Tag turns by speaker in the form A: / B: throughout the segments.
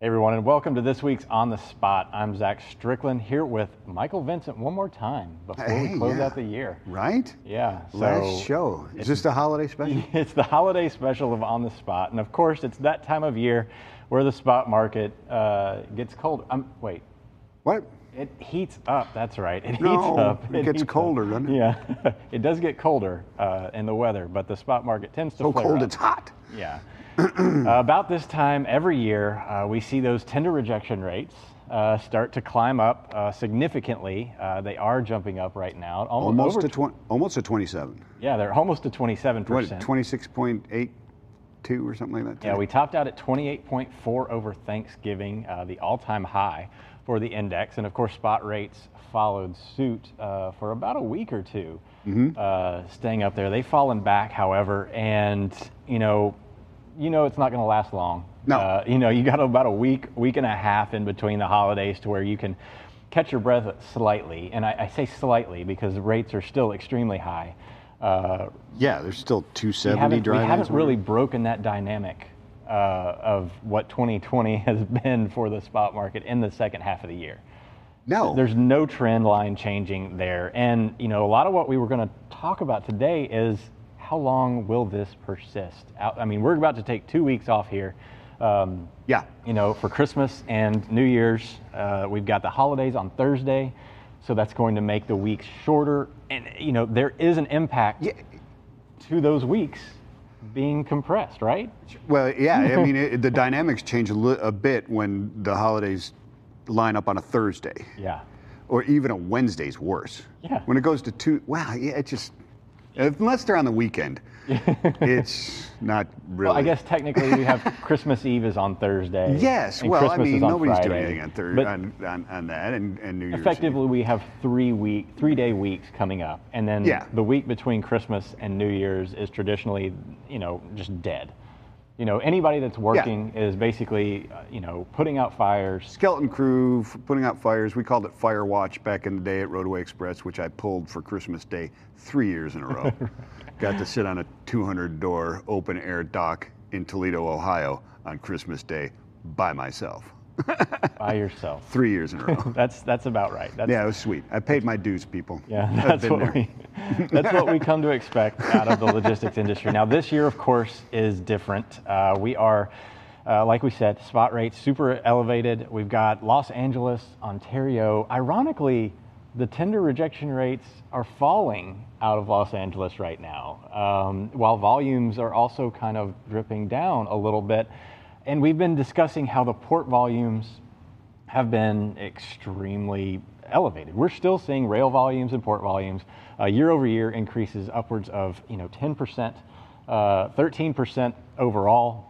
A: everyone, and welcome to this week's On the Spot. I'm Zach Strickland here with Michael Vincent one more time before
B: Hey,
A: we close
B: yeah.
A: out the year.
B: Right?
A: Yeah. So
B: Last show. Is this the holiday special?
A: It's the holiday special of On the Spot, and of course, it's that time of year where the spot market uh, gets cold. Um, wait,
B: What?
A: it heats up. That's right. It
B: No,
A: heats up.
B: it gets
A: heats up.
B: colder, doesn't it?
A: Yeah, it does get colder uh, in the weather, but the spot market tends to
B: So
A: flare
B: cold
A: up.
B: it's hot.
A: Yeah. Uh, About this time every year, uh, we see those tender rejection rates uh, start to climb up uh, significantly. Uh, they are jumping up right now. Almost,
B: Almost
A: over,
B: to twen- almost to 27.
A: yeah, they're almost to
B: What,
A: 27%.
B: 26.82 or something like that?
A: yeah, we topped out at 28.4 over Thanksgiving, uh, the all-time high for the index, and of course, spot rates followed suit uh, for about a week or 2 uh, staying up there. They've fallen back, however, and you know, you know, it's not going to last long.
B: No.
A: Uh, you know, you got about a week, week and a half in between the holidays to where you can catch your breath slightly, and I, I say slightly because rates are still extremely high. Uh,
B: yeah, there's still
A: we
B: 270
A: haven't, we
B: driving.
A: haven't really broken that dynamic uh, of what 2020 has been for the spot market in the second half of the year.
B: No.
A: There's no trend line changing there, and you know a lot of what we were going to talk about today is how long will this persist? Out- I mean, we're about to take two weeks off here. Um,
B: yeah.
A: you know, for Christmas and New Year's. Uh, we've got the holidays on Thursday, so that's going to make the weeks shorter. And, you know, there is an impact
B: Yeah.
A: to those weeks being compressed, right?
B: Well, yeah. I mean, it, the dynamics change a, li- a bit when the holidays line up on a Thursday,
A: Yeah.
B: or even a Wednesday's worse.
A: Yeah.
B: When it goes to two, wow, yeah, it just unless they're on the weekend, it's not really.
A: Well, I guess technically we have Christmas Eve is on Thursday.
B: Yes,
A: and
B: well,
A: Christmas
B: I mean,
A: is on
B: nobody's
A: Friday.
B: doing anything on, thir-
A: But
B: on, on, on that and, and New Year's. Eve.
A: effectively, we have three week, three day weeks coming up, and then
B: Yeah.
A: the week between Christmas and New Year's is traditionally, you know, just dead. You know, anybody that's working is basically, uh, you know, putting out fires.
B: Skeleton Crew f- putting out fires. We called it Fire Watch back in the day at Roadway Express, which I pulled for Christmas Day three years in a row. Got to sit on a 200 door open air dock in Toledo, Ohio on Christmas Day by myself.
A: by yourself.
B: Three years in a row.
A: That's that's about right. That's,
B: yeah, it was sweet. I paid my dues, people.
A: yeah,
B: I've
A: that's
B: been
A: what
B: there.
A: we that's what we come to expect out of the logistics industry. Now, this year, of course, is different. Uh, we are. Uh, like we said, spot rates super elevated. We've got Los Angeles, Ontario. Ironically, the tender rejection rates are falling out of Los Angeles right now, um, while volumes are also kind of dripping down a little bit. And we've been discussing how the port volumes have been extremely elevated. We're still seeing rail volumes and port volumes uh, year over year increases upwards of you know 10%, uh, 13% overall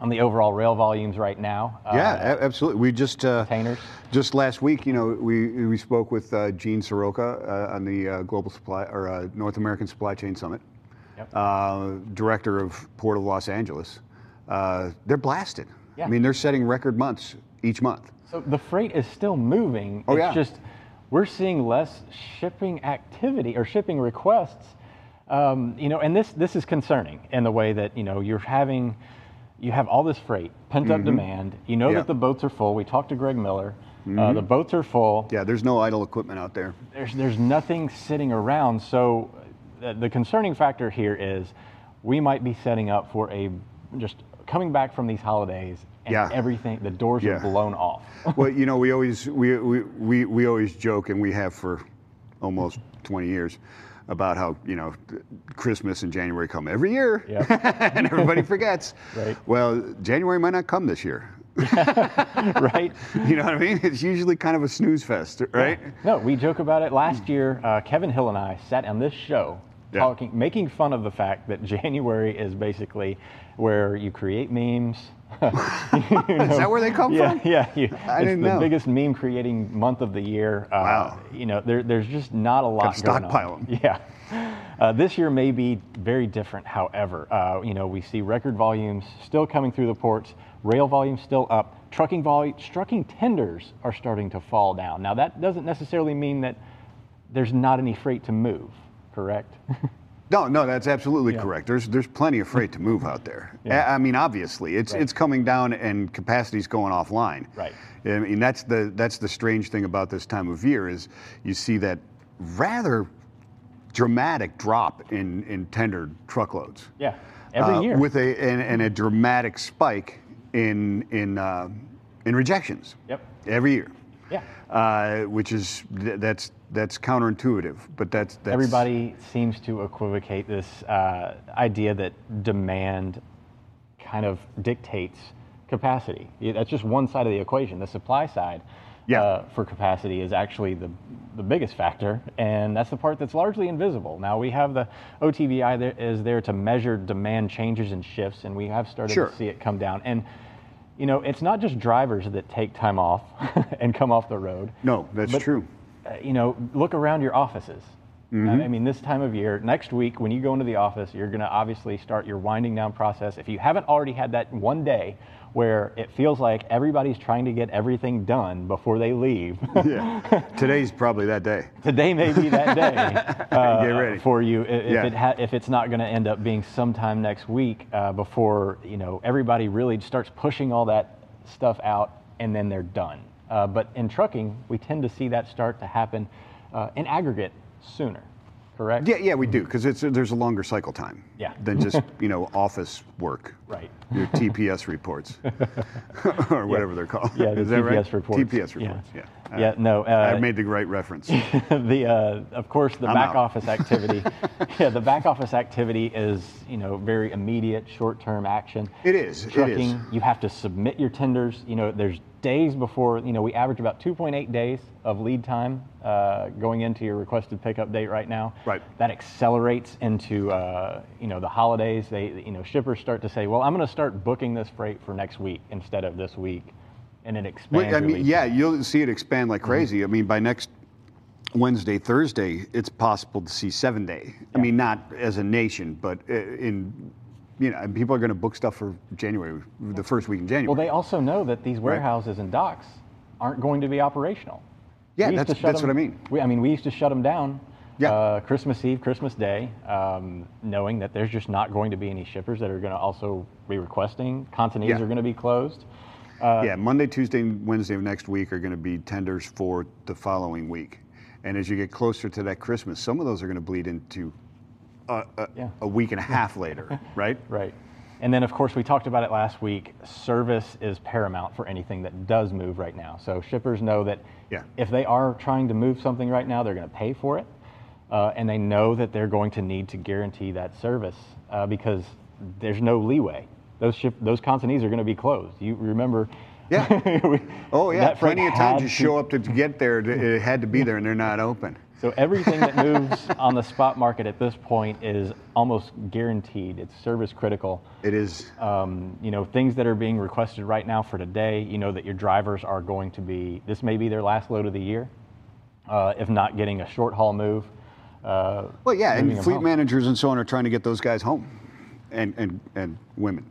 A: on the overall rail volumes right now. Uh,
B: Yeah, a- absolutely. We just uh,
A: Containers.
B: Just last week, you know, we we spoke with uh, Gene Soroka uh, on the uh, Global Supply or uh, North American Supply Chain Summit,
A: Yep.
B: uh, director of Port of Los Angeles. Uh, they're blasted.
A: Yeah.
B: I mean, they're setting record months each month.
A: So the freight is still moving.
B: Oh,
A: it's
B: yeah.
A: just we're seeing less shipping activity or shipping requests. Um, you know, and this this is concerning in the way that you know you're having you have all this freight pent up demand. You know
B: Mm-hmm. Yeah. Mm-hmm.
A: that the boats are full. We talked to Greg Miller. Uh, the boats are full.
B: Yeah, there's no idle equipment out there.
A: There's there's nothing sitting around. So the, the concerning factor here is we might be setting up for a just coming back from these holidays and
B: Yeah.
A: everything the doors
B: Yeah.
A: are blown off.
B: well, you know, we always we, we, we, we always joke, and we have for almost 20 years, about how you know Christmas and January come every year, and everybody forgets.
A: Right.
B: Well, January might not come this year.
A: right?
B: You know what I mean? It's usually kind of a snooze fest, right?
A: No, we joke about it. Last year, uh, Kevin Hill and I sat on this show
B: Yeah.
A: talking, making fun of the fact that January is basically where you create memes. You
B: Is
A: know,
B: that where they come
A: yeah,
B: from?
A: Yeah, you,
B: I
A: it's
B: didn't
A: the
B: know.
A: biggest meme creating month of the year. Uh,
B: Wow.
A: You know, there, there's just not a lot.
B: Gotta
A: going on.
B: stockpile 'em.
A: Yeah. Uh, this year may be very different. However, uh, you know, we see record volumes still coming through the ports, rail volumes still up, trucking vol, trucking tenders are starting to fall down. Now that doesn't necessarily mean that there's not any freight to move. Correct.
B: No, no, that's absolutely correct. There's there's plenty of freight to move out there. I, I mean, obviously, it's it's coming down and capacity's going offline.
A: Right.
B: I mean, that's the that's the strange thing about this time of year is you see that rather dramatic drop in in tender truckloads.
A: Yeah, every
B: uh,
A: year. Mm-hmm.
B: with a and, and a dramatic spike in in uh, in rejections
A: yep.
B: every year,
A: Yeah.
B: uh, which is th- that's that's counterintuitive, but that's, that's
A: Everybody seems to equivocate this uh, idea that demand kind of dictates capacity. Yeah, That's just one side of the equation. The supply side
B: Yeah.
A: uh, for capacity is actually the, the biggest factor, and that's the part that's largely invisible. Now, we have the OTBI there, is there to measure demand changes and shifts, and we have started
B: Sure.
A: to see it come down. And, you know, it's not just drivers that take time off and come off the road
B: No, that's
A: But-
B: true.
A: uh, you know, look around your offices. I I mean, this time of year, next week, when you go into the office, you're going to obviously start your winding down process. If you haven't already had that one day where it feels like everybody's trying to get everything done before they leave,
B: Yeah, today's probably that day.
A: today may be that day uh,
B: Get ready.
A: for you. i- If,
B: Yeah.
A: it ha- if it's not going to end up being sometime next week uh, before you know everybody really starts pushing all that stuff out and then they're done. Uh, but in trucking, we tend to see that start to happen uh, in aggregate sooner. Correct.
B: Yeah, yeah, we do because it's there's a longer cycle time.
A: Yeah.
B: Than just you know office work.
A: Right.
B: Your TPS reports, or whatever they're called.
A: Yeah, the
B: Is that right?
A: TPS reports.
B: TPS
A: Yeah.
B: reports. Yeah.
A: Yeah. no. Uh,
B: I made the right reference.
A: the uh, of course the
B: I'm
A: back
B: out.
A: office activity yeah the back office activity is you know very immediate short term action
B: It is, it is.
A: trucking you have to submit your tenders you know there's days before you know we average about 2.8 days of lead time uh, going into your requested pickup date right now
B: Right.
A: that accelerates into uh, you know the holidays they you know shippers start to say well i'm going to start booking this freight for next week instead of this week and it expands
B: Well, I
A: your
B: mean,
A: lead
B: yeah,
A: time.
B: you'll see it expand
A: Mm-hmm.
B: like crazy. I mean, by next Wednesday, Thursday, it's possible to see seven day. I mean, not as a nation, but uh, in you know, and people are going to book stuff for January, the first week in January.
A: Well, they also know that these warehouses and docks aren't going to be operational.
B: Yeah,
A: We used to
B: that's-
A: shut
B: that's what I
A: them-
B: mean.
A: We, I mean, we used to shut them down.
B: Yeah.
A: Uh, Christmas Eve, Christmas Day, um, knowing that there's just not going to be any shippers that are going to also be requesting. Continental
B: Yeah.
A: are going to be closed. Uh,
B: yeah, Monday, Tuesday, and Wednesday of next week are going to be tenders for the following week. And as you get closer to that Christmas, some of those are going to bleed into a, a,
A: Yeah.
B: a week and a half later, right?
A: Right. And then, of course, we talked about it last week. Service is paramount for anything that does move right now. So shippers know that
B: Yeah.
A: if they are trying to move something right now, they're going to pay for it. Uh, and they know that they're going to need to guarantee that service uh, because there's no leeway. Those ship, those consignees are going to be closed. You remember?
B: Yeah.
A: we-
B: Oh yeah,
A: that freight
B: plenty of time
A: had
B: to show up to get there. It had to be there, and they're not open.
A: So everything that moves on the spot market at this point is almost guaranteed. It's service critical.
B: It is
A: um, you know things that are being requested right now for today you know that your drivers are going to be this may be their last load of the year uh, if not getting a short haul move uh,
B: Well, yeah,
A: moving
B: and
A: 'em
B: fleet
A: home.
B: managers and so on are trying to get those guys home, and and and women.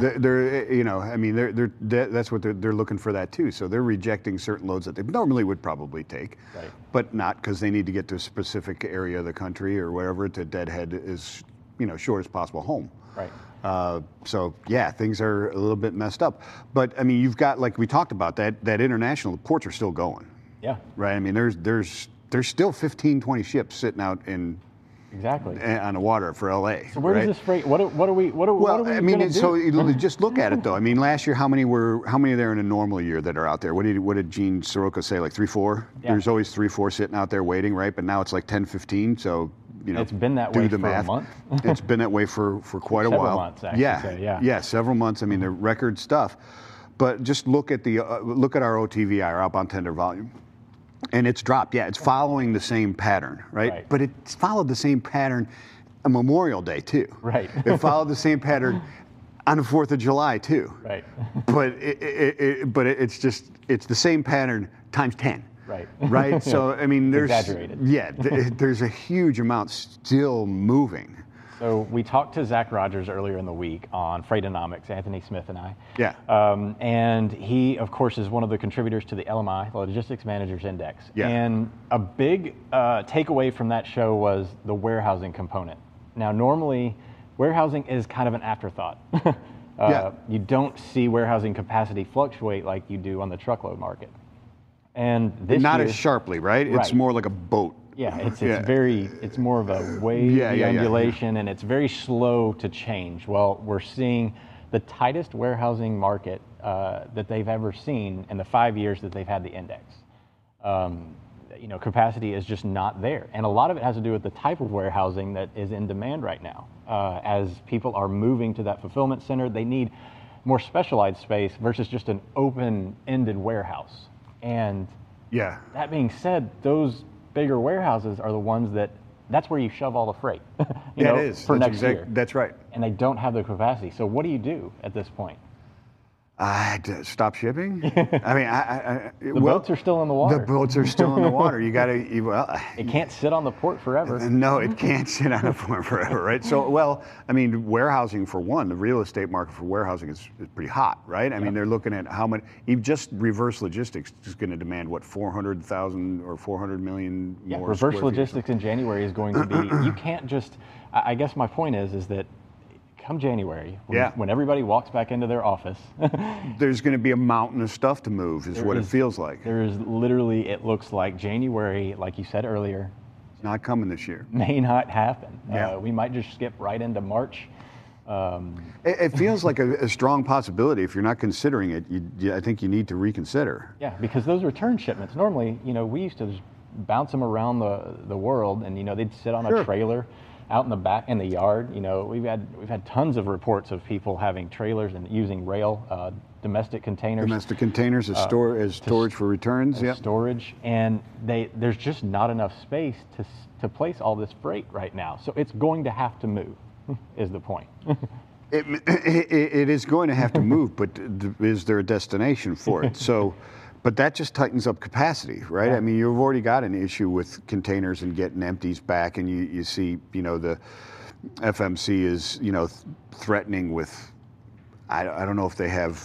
B: They're, they're, eh, you know, I mean, they're, they're, that- that's what they're, they're looking for that too. So they're rejecting certain loads that they normally would probably take,
A: Right.
B: but not because they need to get to a specific area of the country or wherever to deadhead as you know short as possible home.
A: right
B: Uh, so yeah, things are a little bit messed up. But I mean, you've got like we talked about that that international the ports are still going,
A: yeah
B: right? I mean, there's there's there's still 15, 20 ships sitting out in
A: exactly
B: a- on the water for LA.
A: so where
B: right?
A: does this freight what are, what are we what are,
B: Well,
A: what are we
B: I mean,
A: gonna
B: and
A: do?
B: so you just look at it though. I mean, last year, how many were how many there in a normal year that are out there? What did what did Gene Soroka say? Like three, four.
A: Yeah.
B: There's always three, four sitting out there waiting, right? But now it's like 10, 15. So you know,
A: It's been that
B: do
A: way
B: the
A: for a
B: math.
A: month.
B: it's been that way for for quite a
A: Several
B: while.
A: months, I should
B: yeah,
A: say, yeah.
B: yeah, several months. I mean, the record stuff. But just look at the uh, look at our OTVI, our outbound tender volume. And it's dropped. Yeah, it's following the same pattern, right?
A: Right.
B: But it followed the same pattern on Memorial Day too.
A: Right.
B: it followed the same pattern on the Fourth of July too.
A: right
B: But it, it, it, but it, it's just it's the same pattern times ten.
A: Right.
B: Right. So I mean, there's
A: Exaggerated.
B: Yeah, th- there's a huge amount still moving.
A: so we talked to zach rogers earlier in the week on freightonomics anthony smith and i
B: Yeah.
A: Um, and he, of course, is one of the contributors to the LMI, the Logistics Managers Index.
B: Yeah.
A: And a big uh, takeaway from that show was the warehousing component Now, normally, warehousing is kind of an afterthought. uh,
B: Yeah.
A: You don't see warehousing capacity fluctuate like you do on the truckload market. And this
B: Not
A: year,
B: as sharply, right? It's
A: Right.
B: more like a boat.
A: yeah, it's, it's
B: Yeah.
A: very, it's more of a wave
B: Yeah, yeah, yeah, yeah.
A: undulation and it's very slow to change. Well, we're seeing the tightest warehousing market uh, that they've ever seen in the five years that they've had the index. Um, you know, capacity is just not there. And a lot of it has to do with the type of warehousing that is in demand right now. Uh, as people are moving to that fulfillment center, they need more specialized space versus just an open ended warehouse. And
B: Yeah.
A: that being said, those bigger warehouses are the ones that that's where you shove all the freight. you
B: Yeah,
A: know,
B: it is.
A: for
B: That's
A: next
B: exact-
A: year,
B: That's right.
A: and they don't have the capacity. So what do you do at this point?
B: I d- stop shipping. I mean, I, I, I
A: The boats are still in the water.
B: The boats are still in the water. You got to you, well.
A: it can't sit on the port forever.
B: No, it can't sit on a form forever, right? So, well, I mean, warehousing for one, the real estate market for warehousing is, is pretty hot, right? I mean, they're looking at how much, even just reverse logistics is going to demand what 400,000 or 400 million
A: Yeah,
B: more.
A: reverse
B: square feet or
A: logistics in January is going to be. You can't just. I I guess my point is, is that come January, when,
B: Yeah.
A: when everybody walks back into their office,
B: something. There's going to be a mountain of stuff to move, is what it
A: is-
B: feels like.
A: there is literally it looks like January, like you said earlier,
B: It's not coming this year.
A: may not happen.
B: Yeah.
A: Uh, we might just skip right into March. Um,
B: It, it feels like a, a strong possibility. If you're not considering it, you, you, I think you need to reconsider.
A: Yeah, because those return shipments normally, you know, we used to just bounce them around the, the world, and you know they'd sit on
B: Sure.
A: a trailer out in the back in the yard. You know, we've had we've had tons of reports of people having trailers and using rail uh, domestic containers
B: Domestic containers
A: Uh,
B: as, store, as storage for returns.
A: for
B: Yep.
A: storage, and they there's just not enough space to s- to place all this freight right now. So it's going to have to move, is the point.
B: It, it, it is going to have to move, but th- is there a destination for it? So, but that just tightens up capacity, right? I mean, you've already got an issue with containers and getting empties back, and you, you see, you know, the FMC is, you know, th- threatening with. I, I don't know if they have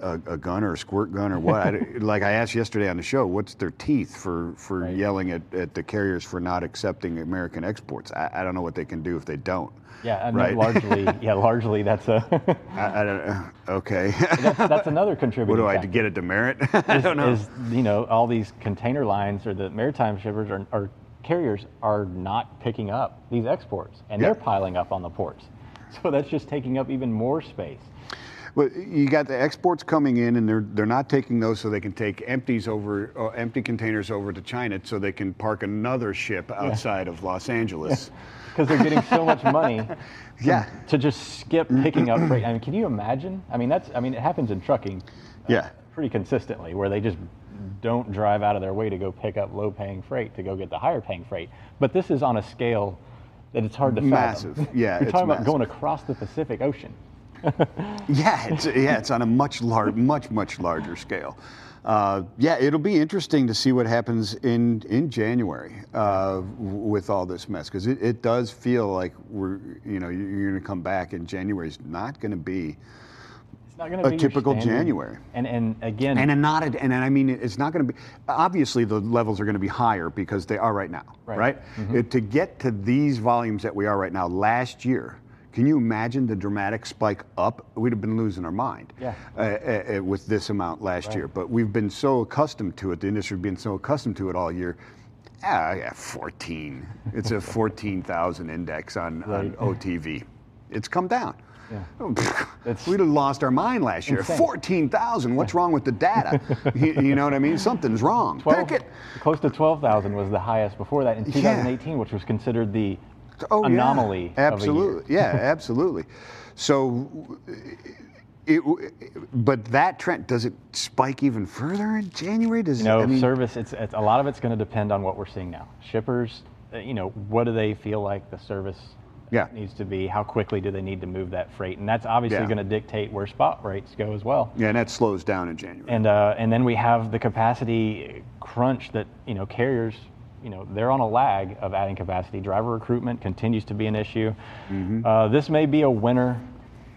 B: a, a gun or a squirt gun or what. I d like I asked yesterday on the show, what's their teeth for, for yelling at, at the carriers for not accepting American exports? I, I don't know what they can do if they don't.
A: Yeah, I mean,
B: Right.
A: largely, yeah, largely that's a
B: I, I don't. uh, Okay.
A: that's, that's another contributor.
B: What do I get a demerit? I
A: is,
B: don't know.
A: is, you know all these container lines or the maritime shippers or, or carriers are not picking up these exports and
B: Yeah.
A: they're piling up on the ports so that's just taking up even more space
B: Well, you got the exports coming in, and they're they're not taking those, so they can take empties over uh, empty containers over to China, so they can park another ship outside of Los Angeles.
A: because they're getting so much money
B: Yeah,
A: to just skip picking up freight i mean can you imagine i mean that's i mean it happens in trucking
B: yeah.
A: pretty consistently where they just don't drive out of their way to go pick up low paying freight to go get the higher paying freight but this is on a scale that it's hard to fathom.
B: Massive. Yeah,
A: you're
B: it's
A: talking
B: massive.
A: about going across the pacific ocean
B: Yeah, it's, yeah, it's on a much lar- much much larger scale. Uh, yeah, it'll be interesting to see what happens in in January uh, w- with all this mess because it, it does feel like we're you know you're going to come back and January's not going to be
A: It's not going
B: A
A: to be your
B: typical
A: standard-
B: January.
A: And and again,
B: And a not, a, and I mean, it's not going to be. Obviously, the levels are going to be higher because they are right now, right?
A: Right. Mm-hmm.
B: It- to get to these volumes that we are right now, last year, can you imagine the dramatic spike up? We'd have been losing our mind.
A: Yeah.
B: Uh, uh, uh, with this amount last year, but we've been so accustomed to it. The industry's been so accustomed to it all year. Ah, yeah, 14. It's a 14,000 index on, on
A: Right.
B: OTV. It's come down.
A: It's-
B: We'd have lost our mind last year.
A: Insane.
B: 14,000. What's wrong with the data? you, you know what I mean? Something's wrong.
A: 12
B: Pick it.
A: close to twelve thousand was the highest before that in 2018, which was considered the
B: Oh, yeah.
A: anomaly.
B: Absolutely.
A: Of
B: yeah, absolutely. So it, but that trend does it spike even further in January? Does
A: a year. You know,
B: it, I mean,
A: service. It's, it's a lot of it's going to depend on what we're seeing now. Shippers, uh, you know, what do they feel like the service
B: Yeah.
A: needs to be? How quickly do they need to move that freight? And that's obviously
B: Yeah.
A: going to dictate where spot rates go as well.
B: yeah, and that slows down in January.
A: and uh, and then we have the capacity crunch that you know carriers you know they're on a lag of
B: Mm-hmm.
A: adding capacity driver recruitment continues to be an issue uh, this may be a winter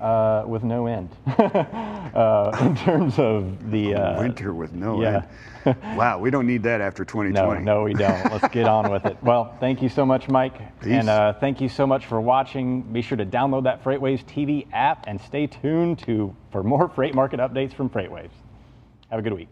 A: uh, with no end uh, in terms of the uh,
B: Oh, Winter with no
A: yeah.
B: end. Wow, we don't need that after
A: No,
B: 2020.
A: no, we don't. Let's get on with it. Well, thank you so much, Mike.
B: Peace.
A: And uh, thank you so much for watching. Be sure to download that FreightWaves TV app and stay tuned to for more freight market updates from FreightWaves. Have a good week.